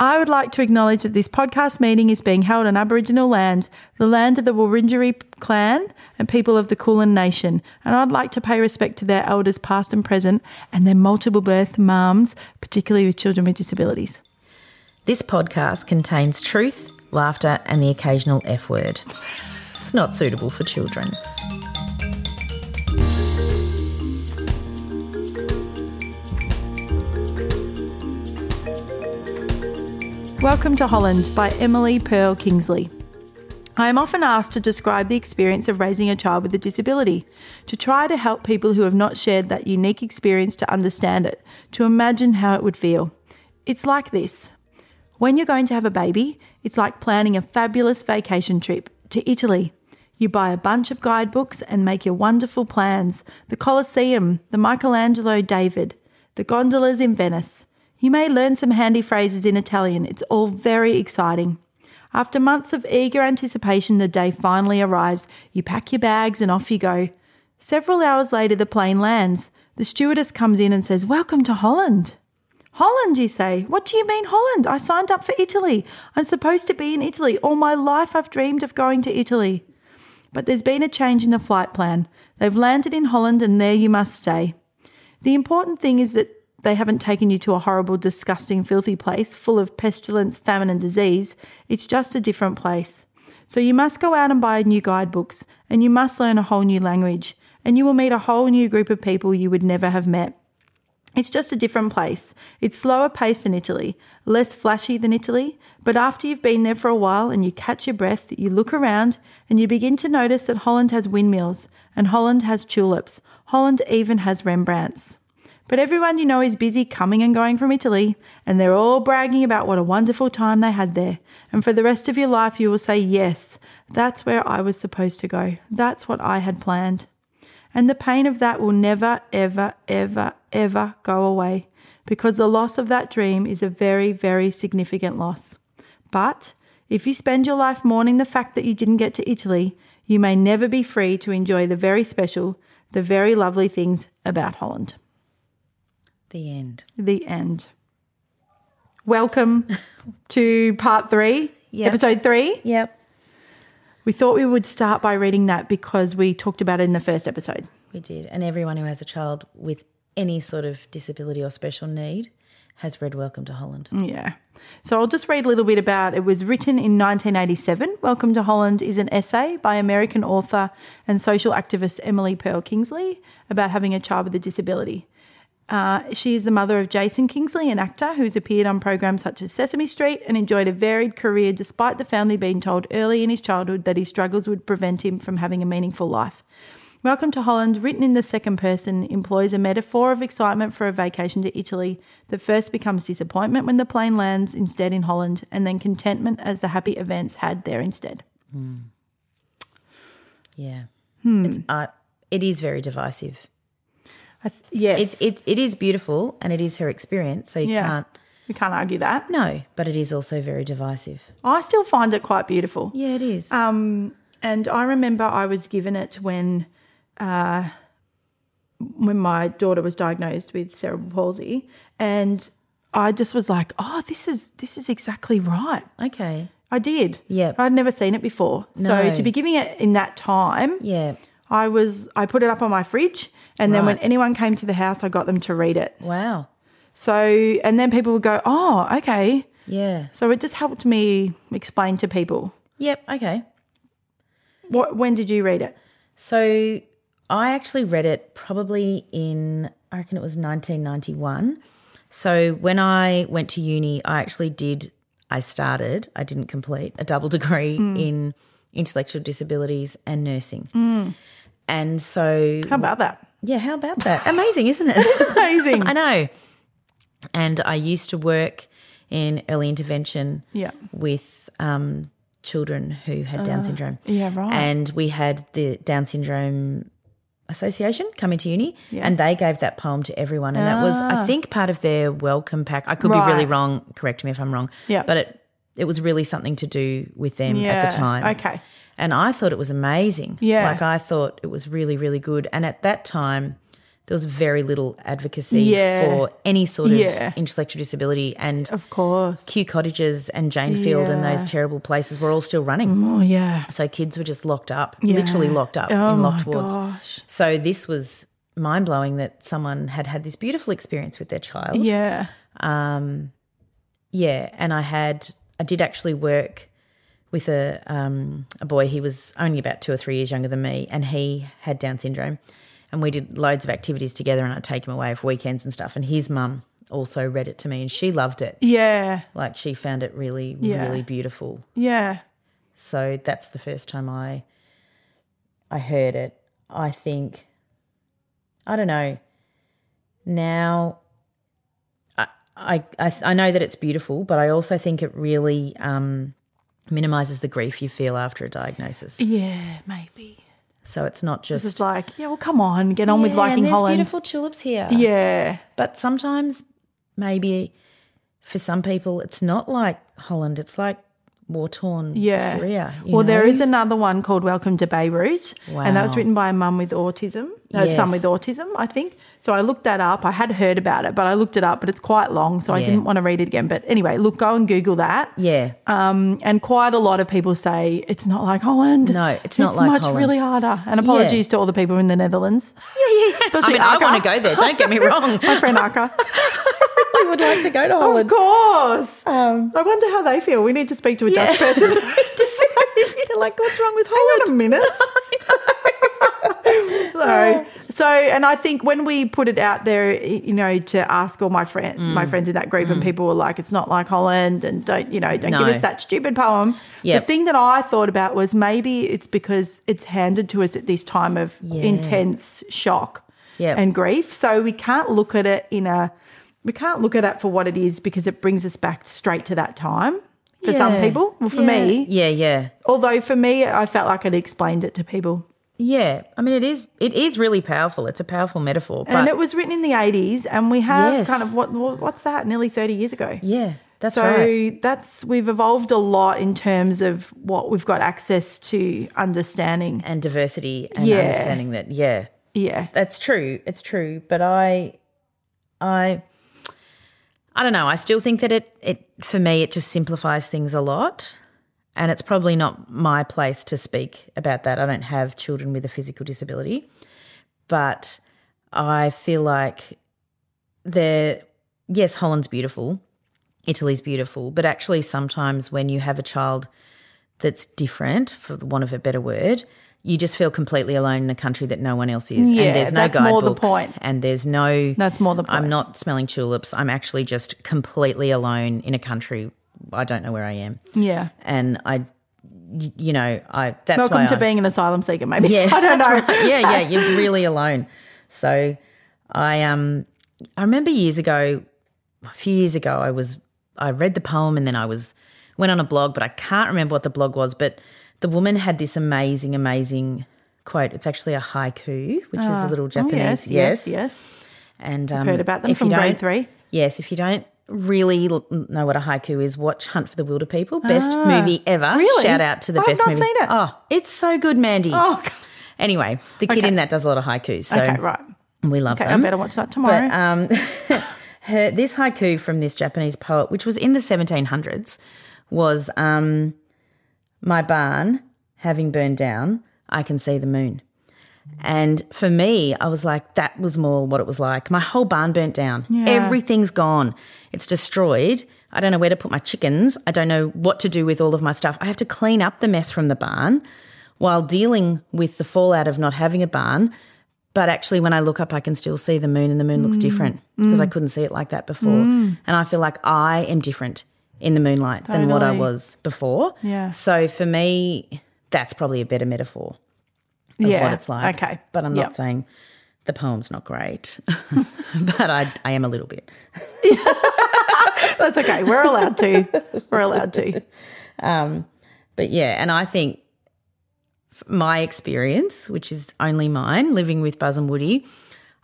I would like to acknowledge that this podcast meeting is being held on Aboriginal land, the land of the Wurundjeri clan and people of the Kulin Nation, and I'd like to pay respect to their elders past and present and their multiple birth mums, particularly with children with disabilities. This podcast contains truth, laughter, and the occasional F word. It's not suitable for children. Welcome to Holland by Emily Pearl Kingsley. I am often asked to describe the experience of raising a child with a disability, to try to help people who have not shared that unique experience to understand it, to imagine how it would feel. It's like this when you're going to have a baby, it's like planning a fabulous vacation trip to Italy. You buy a bunch of guidebooks and make your wonderful plans the Colosseum, the Michelangelo David, the gondolas in Venice. You may learn some handy phrases in Italian. It's all very exciting. After months of eager anticipation, the day finally arrives. You pack your bags and off you go. Several hours later, the plane lands. The stewardess comes in and says, Welcome to Holland. Holland, you say? What do you mean, Holland? I signed up for Italy. I'm supposed to be in Italy. All my life I've dreamed of going to Italy. But there's been a change in the flight plan. They've landed in Holland and there you must stay. The important thing is that they haven't taken you to a horrible, disgusting, filthy place full of pestilence, famine, and disease. It's just a different place. So you must go out and buy new guidebooks, and you must learn a whole new language, and you will meet a whole new group of people you would never have met. It's just a different place. It's slower paced than Italy, less flashy than Italy, but after you've been there for a while and you catch your breath, you look around and you begin to notice that Holland has windmills, and Holland has tulips, Holland even has Rembrandts. But everyone you know is busy coming and going from Italy, and they're all bragging about what a wonderful time they had there. And for the rest of your life, you will say, Yes, that's where I was supposed to go. That's what I had planned. And the pain of that will never, ever, ever, ever go away because the loss of that dream is a very, very significant loss. But if you spend your life mourning the fact that you didn't get to Italy, you may never be free to enjoy the very special, the very lovely things about Holland. The end. The end. Welcome to part three, Yep. episode three. Yep. We thought we would start by reading that because we talked about it in the first episode. We did. And everyone who has a child with any sort of disability or special need has read Welcome to Holland. Yeah. So I'll just read a little bit about it. was written in 1987. Welcome to Holland is an essay by American author and social activist Emily Pearl Kingsley about having a child with a disability. Uh, she is the mother of Jason Kingsley, an actor who's appeared on programs such as Sesame Street and enjoyed a varied career despite the family being told early in his childhood that his struggles would prevent him from having a meaningful life. Welcome to Holland, written in the second person, employs a metaphor of excitement for a vacation to Italy that first becomes disappointment when the plane lands instead in Holland, and then contentment as the happy events had there instead. Yeah. It's, uh, it is very divisive. I th- yes, It's, it, it is beautiful and it is her experience, so you yeah, can't. you can't argue that. No, but it is also very divisive. Uh, I still find it quite beautiful. Yeah, it is. Um, and I remember I was given it when, uh, when my daughter was diagnosed with cerebral palsy, and I just was like, "Oh, this is this is exactly right." okay. I did. Yep. I'd never seen it before, so No. to be giving it in that time, Yeah. I was. I put it up on my fridge, and then when Right. anyone came to the house, I got them to read it. Wow. So, and then people would go, "Oh, okay." Yeah. So it just helped me explain to people. Yep. Okay. What? When did you read it? So I actually read it probably in, I reckon it was 1991. So when I went to uni, I actually did, I started, I didn't complete a double degree in intellectual disabilities and nursing. And so, How about that? yeah, how about that? Amazing, isn't it? Amazing. I know. And I used to work in early intervention Yeah. Uh, with um, children who had Down syndrome. yeah, right. And we had the Down syndrome association come into uni and they gave that poem to everyone. And that was, I think, part of their welcome pack. I could be really Ah. Right. wrong. Correct me if I'm wrong. Yeah. But it, it was really something to do with them at Yeah, the time. okay. And I thought it was amazing. Yeah. Like I thought it was really, really good. And at that time, there was very little advocacy Yeah. for any sort of Yeah. intellectual disability. And Of course. Kew Cottages and Janefield and Yeah. those terrible places were all still running. Oh yeah. So kids were just locked up, Yeah. literally locked up Oh in locked my wards. gosh. So this was mind blowing that someone had had this beautiful experience with their child. Yeah. Yeah, and I had I did actually work with a um, a boy. He was only about two or three years younger than me, and he had Down syndrome. And we did loads of activities together, and I'd take him away for weekends and stuff. And his mum also read it to me, and she loved it. Yeah. Like she found it really, Yeah. really beautiful. Yeah. So that's the first time I I heard it. I think I don't know. Now I I I, I know that it's beautiful, but I also think it really um minimizes the grief you feel after a diagnosis. Yeah. Maybe. So it's not This is just like, yeah. Well, come on, get on with "Yeah, liking and there's Holland. beautiful tulips here. Yeah. But sometimes maybe for some people it's not like Holland, it's like war torn Yeah. Syria. you Well, there know? is another one called Welcome to Beirut, and that was Wow. written by a mum with autism, a son Yes. with autism, I think. So I looked that up. I had heard about it, but I looked it up, but it's quite long, so I Yeah. didn't want to read it again. But anyway, look, go and Google that. Yeah. Um, and quite a lot of people say it's not like Holland. No, it's not like much Holland. really harder. And apologies to all the people in the Netherlands. I mean, I Akka. want to go there. Don't get me wrong. My friend Aka. I would like to go to of course. Um, I wonder how they feel. We need to speak to a Dutch person. They're like, what's wrong with Hang Holland? on a minute. so, so, and I think when we put it out there, y- you know, to ask all my friend, Mm. my friends in that group, and people were like, "It's not like Holland," and don't, you know, don't No. give us that stupid poem. Yep. The thing that I thought about was maybe it's because it's handed to us at this time of intense shock Yep. and grief, so we can't look at it in a we can't look at it for what it is because it brings us back straight to that time. For some Yeah. people, well, for Yeah. me, Yeah, yeah. Although for me, I felt like I'd explained it to people. Yeah. I mean, it is it is really powerful. It's a powerful metaphor. But and it was written in the 80s, and we have Yes. kind of what what- what's that? Nearly 30 years ago. yeah, that's so right. that's we've evolved a lot in terms of what we've got access to understanding. And diversity and Yeah. understanding that, yeah, Yeah. that's true. It's true. But I, I, I don't know. I still think that it, it for me, it just simplifies things a lot. And it's probably not my place to speak about that. I don't have children with a physical disability, but I feel like they're, yes, Holland's beautiful, Italy's beautiful, but actually, sometimes when you have a child that's different, for the want of a better word, you just feel completely alone in a country that no one else is. Yeah, and there's no that's guidebooks. more the point. And there's no That's more the point. I'm not smelling tulips. I'm actually just completely alone in a country I don't know where I am. Yeah. And I y- you know, I that's why Welcome to I, being an asylum seeker, maybe. yeah, I don't know. that's right. Yeah, yeah, you're really alone. So I um I remember years ago, a few years ago, I was I read the poem and then I was went on a blog, but I can't remember what the blog was. But the woman had this amazing, amazing quote. It's actually a haiku, which is a little Oh, Japanese. yes, yes, yes. And um, Heard about them if you from grade don't- three. Yes, if you don't really l- know what a haiku is, watch Hunt for the Wilder People. Best movie ever. Ah, really? Shout out to the I've best not movie. seen it. Oh, it's so good, Mandy. Oh, God. Anyway, the kid in that does a lot of haikus. So okay, right. we love Okay, I them. better watch that tomorrow. But um, her, this haiku from this Japanese poet, which was in the 1700s, was um, My barn having burned down, I can see the moon. And for me, I was like, that was more what it was like. My whole barn burnt down. Everything's gone. It's destroyed. I don't know where to put my chickens. I don't know what to do with all of my stuff. I have to clean up the mess from the barn while dealing with the fallout of not having a barn. But actually, when I look up, I can still see the moon, and the moon Mm. looks different because I couldn't see it like that before. And I feel like I am different in the moonlight than what I Totally. was before. Yeah. So for me, that's probably a better metaphor of yeah. what it's like. Okay. But I'm Yep. not saying the poem's not great, but I, I am a little bit. That's okay. We're allowed to. We're allowed to. But yeah, and I think f- my experience, which is only mine, living with Buzz and Woody,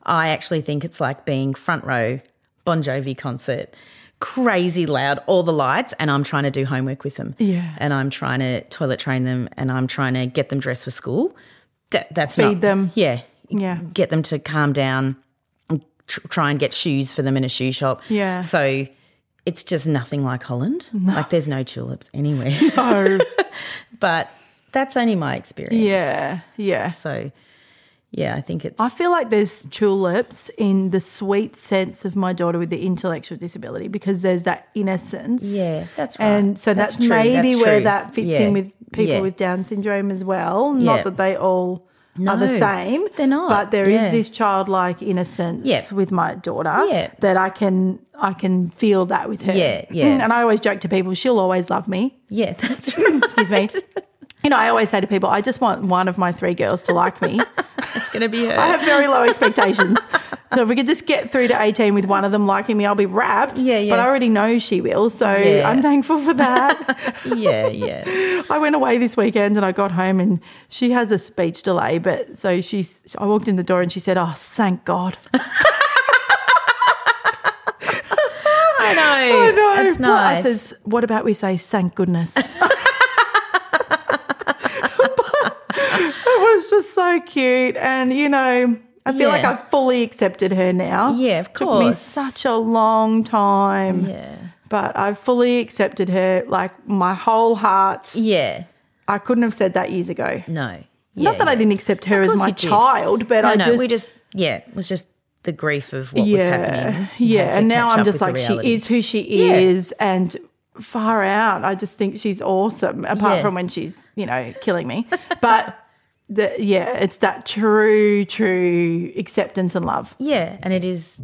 I actually think it's like being front row Bon Jovi concert. Crazy loud, all the lights, and I'm trying to do homework with them. Yeah. And I'm trying to toilet train them and I'm trying to get them dressed for school. That that's Feed not- them. Yeah. Yeah. Get them to calm down and tr- try and get shoes for them in a shoe shop. Yeah. So it's just nothing like Holland. Like there's no tulips anywhere Oh, but that's only my experience. yeah. Yeah. So, yeah, I think it's I feel like there's tulips in the sweet sense of my daughter with the intellectual disability because there's that innocence. Yeah, that's right. And so that's, That's true, maybe that's where true. that fits Yeah, in with people yeah. with Down syndrome as well. Yeah. Not that they all are the No, same. they're not. But there is Yeah. this childlike innocence Yeah. with my daughter Yeah. that I can I can feel that with her. Yeah, yeah. And I always joke to people, she'll always love me. yeah, that's right. Excuse me. You know, I always say to people, I just want one of my three girls to like me. It's going to be I her. have very low expectations. so if we could just get through to 18 with one of them liking me, I'll be wrapped. Yeah, yeah. But I already know she will. So Yeah. I'm thankful for that. yeah, yeah. I went away this weekend and I got home and she has a speech delay. But so she's, I walked in the door and she said, Oh, thank God. I know. I know. It's Well, I nice. says, What about we say, thank goodness? But it was just so cute. And, you know, I feel Yeah. like I've fully accepted her now. Yeah, of Took me course. such a long time. yeah. But I've fully accepted her, like my whole heart. Yeah. I couldn't have said that years ago. No. Not that I didn't accept her as course my you did. child, but No, I no, just, we just, yeah, it was just the grief of what was happening. You had yeah. to And now catch I'm up just with the like, she reality. is who she Yeah. is, and far out. I just think she's awesome, apart Yeah. from when she's you know killing me. But the, yeah, it's that true, true acceptance and love. Yeah, and it is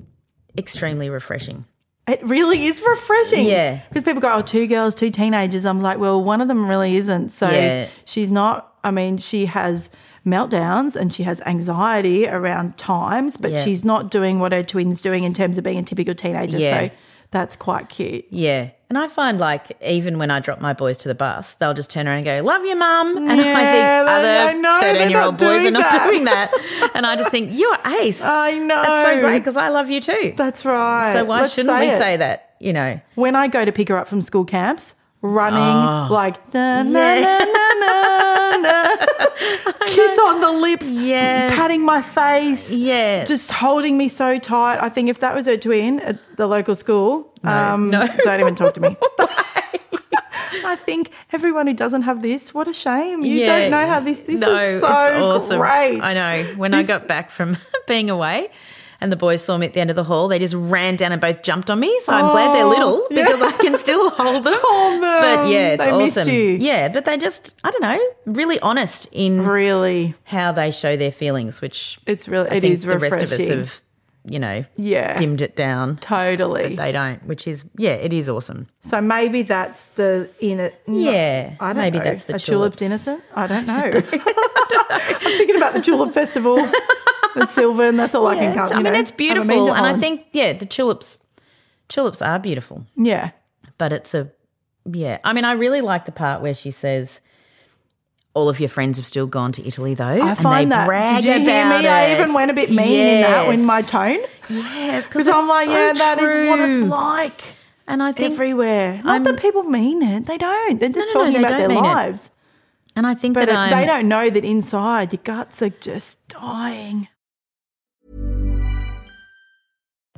extremely refreshing. It really is refreshing. Yeah. Because people go, oh, two girls, two teenagers. I'm like, well, one of them really isn't. So Yeah. she's not, I mean, she has meltdowns and she has anxiety around times, but Yeah. she's not doing what her twin's doing in terms of being a typical teenager. Yeah. So that's quite cute. Yeah. And I find like even when I drop my boys to the bus, they'll just turn around and go, Love you, mum. And Yeah, they- I I think know, other they're 13 year not old boys doing are not that. doing that. And I just think, You're ace. I know. That's so great because I love you too. That's right. so why Let's shouldn't we it. say that? You know, When I go to pick her up from school camps, running like na, na, na, Yeah. na, na, na. kiss on the lips, Yeah. patting my face, Yeah. just holding me so tight. I think if that was her twin at the local school, um, no. don't even talk to me. I think everyone who doesn't have this, what a shame. You Yeah. don't know how this. This no, is so it's awesome. great. I know. When This- I got back from being away, and the boys saw me at the end of the hall. They just ran down and both jumped on me. So I'm glad they're little Oh, yeah. because I can still hold them. Hold them. But yeah, it's They missed awesome. you. Yeah, but they just I don't know, really honest in Really, how they show their feelings, which it's really I it think is the refreshing. rest of us have, you know, Yeah. dimmed it down. totally. But they don't, which is yeah, it is awesome. so maybe that's the in it. Yeah, I don't maybe know. that's the Are tulips. tulips. innocent. I don't know. I'm thinking about the tulip festival, the silver, and that's all I Oh, can Yeah, come. it's- you I mean, know, it's haven't been beautiful, to and I Holland. think yeah, the tulips, tulips are beautiful, yeah, but it's a yeah. I mean, I really like the part where she says. All of your friends have still gone to Italy, though. I and find they that. Brag Did you hear me? about I it. even went a bit mean in that in my Yes. tone Yes, because because I'm like, yeah, that is what it's like. like And I think, everywhere. Not that people mean it; they don't. They're just No, no, talking no, they about don't their mean it. lives. and I think But that it- I'm, they don't know that inside your guts are just dying.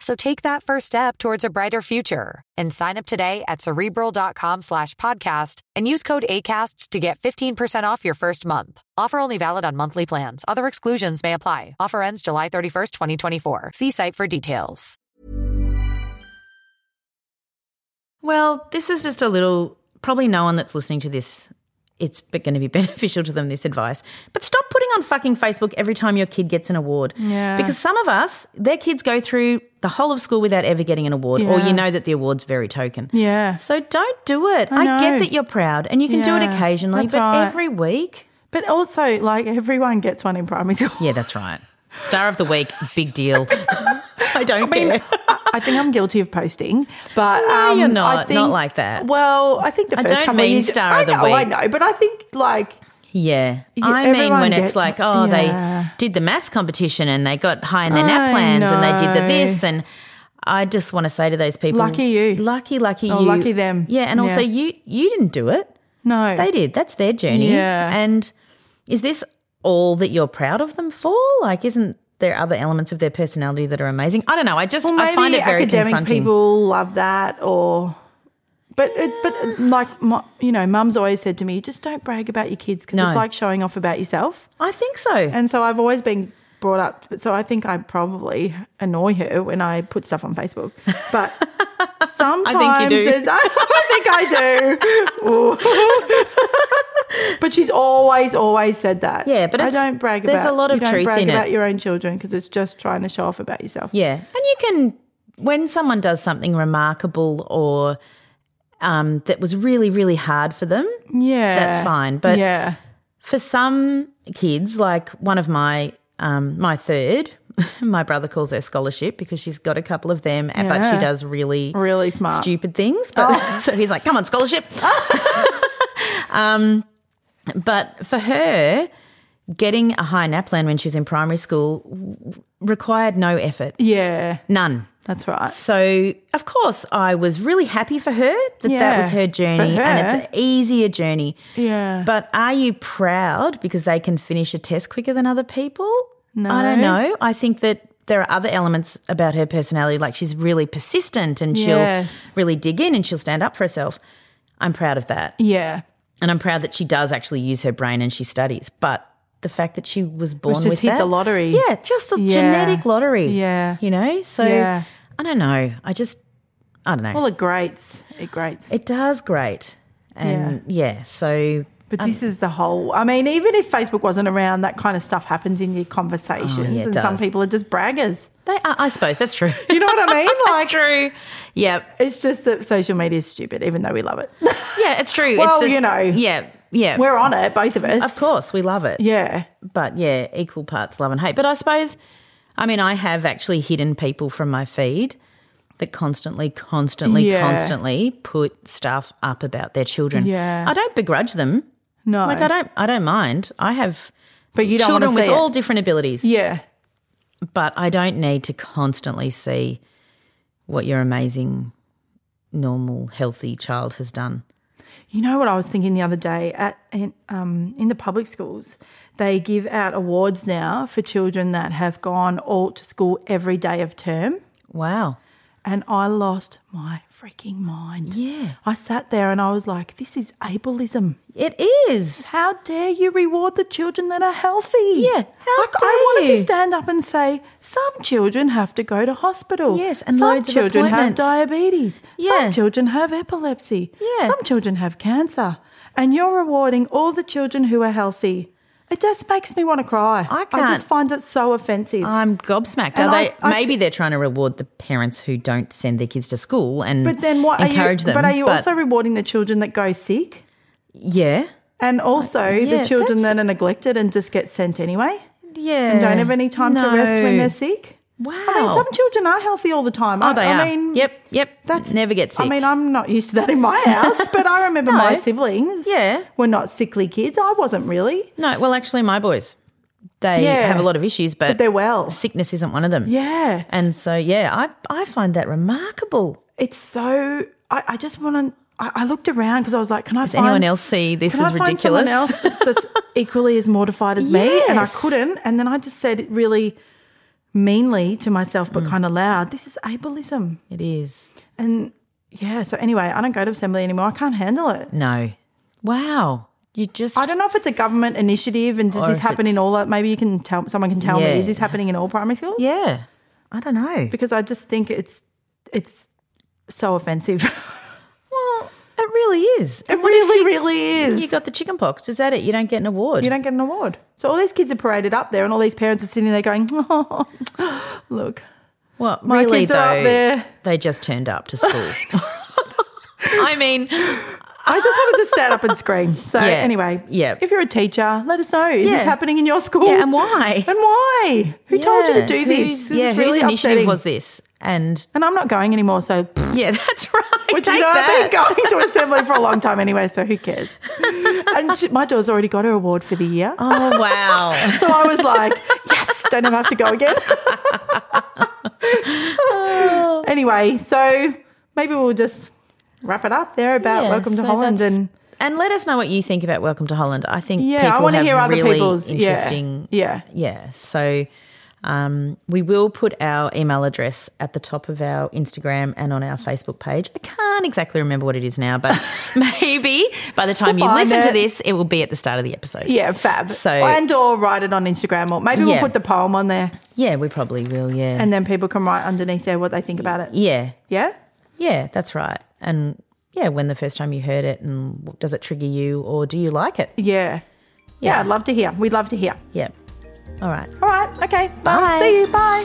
So take that first step towards a brighter future and sign up today at cerebral.com slash podcast and use code ACAST to get 15% off your first month. Offer only valid on monthly plans. Other exclusions may apply. Offer ends July 31st, 2024. See site for details. Well, this is just a little, probably no one that's listening to this, it's going to be beneficial to them, this advice. But stop putting on fucking Facebook every time your kid gets an award. Yeah. Because some of us, their kids go through the whole of school without ever getting an award, or Yeah. you know that the award's very token. Yeah. So don't do it. I I, know. get that you're proud and you can do it Yeah, occasionally, that's but right. every week. But also, like everyone gets one in primary school. Yeah, that's right. Star of the week, big deal. I don't I mean, care. I, I think I'm guilty of posting, but No, um, you're I not. Not think- like that. Well, I think the I first don't couple of mean years, star I of the know, I week. know, but I think like Yeah. Yeah, I mean, everyone when gets- it's like, oh, yeah. they did the maths competition and they got high in their I nap plans and they did the know. this. And I just want to say to those people, Lucky you. Lucky, lucky Oh, you. lucky them. Yeah. And also, Yeah. you you didn't do it. no, They did. That's their journey. Yeah. And is this all that you're proud of them for? Like, isn't there other elements of their personality that are amazing? I don't know. I just, Well, maybe I find it very academic confronting. people love that, or but it, but uh, like my, you know, mum's always said to me, just don't brag about your kids because it's No. like showing off about yourself. I think so. And so I've always been brought up, but so I think I probably annoy her when I put stuff on Facebook. But sometimes I think you do. there's- I, think I do. Ooh. but she's always, always said that. Yeah, but I it's- don't brag there's about. a lot of you don't truth brag in it. about your own children because it's just trying to show off about yourself. Yeah. And you can, when someone does something remarkable or um, that was really, really hard for them, Yeah, That's fine, but- yeah, for some kids, like one of my, um, my third, my brother calls her scholarship because she's got a couple of them, uh, but Yeah. she does really, really smart. Oh. stupid things. But so he's like, come on, scholarship. um, but for her, getting a high NAPLAN when she was in primary school w- required no effort, Yeah, none. that's right. So, of course, I was really happy for her that Yeah, that was her journey for her. and it's an easier journey. Yeah, But are you proud because they can finish a test quicker than other people? No. I don't know. I think that there are other elements about her personality, like she's really persistent and Yes. she'll really dig in and she'll stand up for herself. I'm proud of that. yeah, And I'm proud that she does actually use her brain and she studies. But the fact that she was born just with hit that- the lottery. Yeah, just the Yeah. genetic lottery. Yeah. You know? So Yeah. I don't know. I just I don't know. well, it grates. It grates. it does great. And yeah, so But this is the whole. I mean, even if Facebook wasn't around, that kind of stuff happens in your conversations, Oh, yeah, it and some does. people are just braggers. They are, I suppose that's true. You know what I mean? Like- that's true. Yeah, It's just that social media is stupid, even though we love it. yeah, it's true. Well, it's you know. Yeah, yeah. We're on it, both of us. of course, we love it. Yeah. but yeah, equal parts love and hate. But I suppose, I mean, I have actually hidden people from my feed that constantly, constantly, Yeah. constantly put stuff up about their children. Yeah. I don't begrudge them. No. Like Oh I don't, I don't mind. I have but you don't want to children see with it. all different abilities, yeah. but I don't need to constantly see what your amazing, normal, healthy child has done. You know what I was thinking the other day at in, um, in the public schools, they give out awards now for children that have gone all to school every day of term, Wow. and I lost my freaking mind. Yeah. I sat there and I was like, "This is ableism. It is. How dare you reward the children that are healthy?" Yeah, how like, dare I wanted you? to stand up and say, "Some children have to go to hospital. Yes, and some loads of children have appointments. diabetes. Yeah. Some children have epilepsy. Yeah. some children have cancer, and you're rewarding all the children who are healthy. It just makes me want to cry. I just can't- find it so offensive. I'm gobsmacked. And Are I- they? I- maybe they're trying to reward the parents who don't send their kids to school and but then what encourage are you? them. but are you also rewarding the children that go sick? yeah, And also the yeah, children that's- that are neglected and just get sent anyway yeah, and don't have any time to rest when they're sick. Wow. I mean, some children are healthy all the time. Oh, I, they I are. mean, yep, yep. That's never get sick. I mean, I'm not used to that in my house, but I remember No. my siblings. Yeah. were not sickly kids. I wasn't really, no. Well, actually, my boys, they Yeah. have a lot of issues, but, but they're well. sickness isn't one of them. Yeah, and so yeah, I I find that remarkable. it's so. I, I just want to. I, I looked around because I was like, can I Does find anyone else see this Can is I find someone ridiculous? else that- that's equally as mortified as me? And I Yes. couldn't. And then I just said it really meanly to myself, Mm. but kind of loud, this is ableism. it is And yeah, so anyway, I don't go to assembly anymore. I can't handle it. no. Wow, you just I don't know if it's a government initiative and does Or this Oh, if happen in it's- all, maybe you can tell, someone can tell Yeah. me, is this happening in all primary schools? yeah. I don't know. Because I just think it's, it's so offensive. Well, it really is. it really, really is. You got the chicken pox. Is that it? You don't get an award. you don't get an award. So all these kids are paraded up there and all these parents are sitting there going, oh, look. Well, My really kids though, are up there. they just turned up to school. I mean, I just wanted to stand up and scream. So Yeah. anyway, Yeah. If you're a teacher, let us know. Is this Yeah. happening in your school? yeah, and why? And why? Who told you to Yeah, do whose- this? This yeah, is whose really initiative upsetting. was this? And And I'm not going anymore. So, yeah, that's right. which Take you know, that. I've been going to assembly for a long time anyway. So who cares? and she, my daughter's already got her award for the year. Oh wow! So I was like, yes, don't ever have to go again. anyway, so maybe we'll just wrap it up there about Yeah, welcome so to Holland that's- and. and let us know what you think about Welcome to Holland. I think Yeah, people I want to have hear other really people's yeah, interesting. Yeah, yeah. So um, we will put our email address at the top of our Instagram and on our Facebook page. I can't exactly remember what it is now, but maybe by the time We'll you find listen it. to this, it will be at the start of the episode. yeah, fab. So- and or write it on Instagram, or maybe we'll Yeah. put the poem on there, Yeah, we probably will. Yeah. and then people can write underneath there what they think about it. yeah. Yeah, Yeah, that's right. And yeah, when the first time you heard it and does it trigger you or do you like it? yeah, yeah. Yeah. I'd love to hear. We'd love to hear. Yeah. All right. All right, okay, bye. Bye. See you. Bye.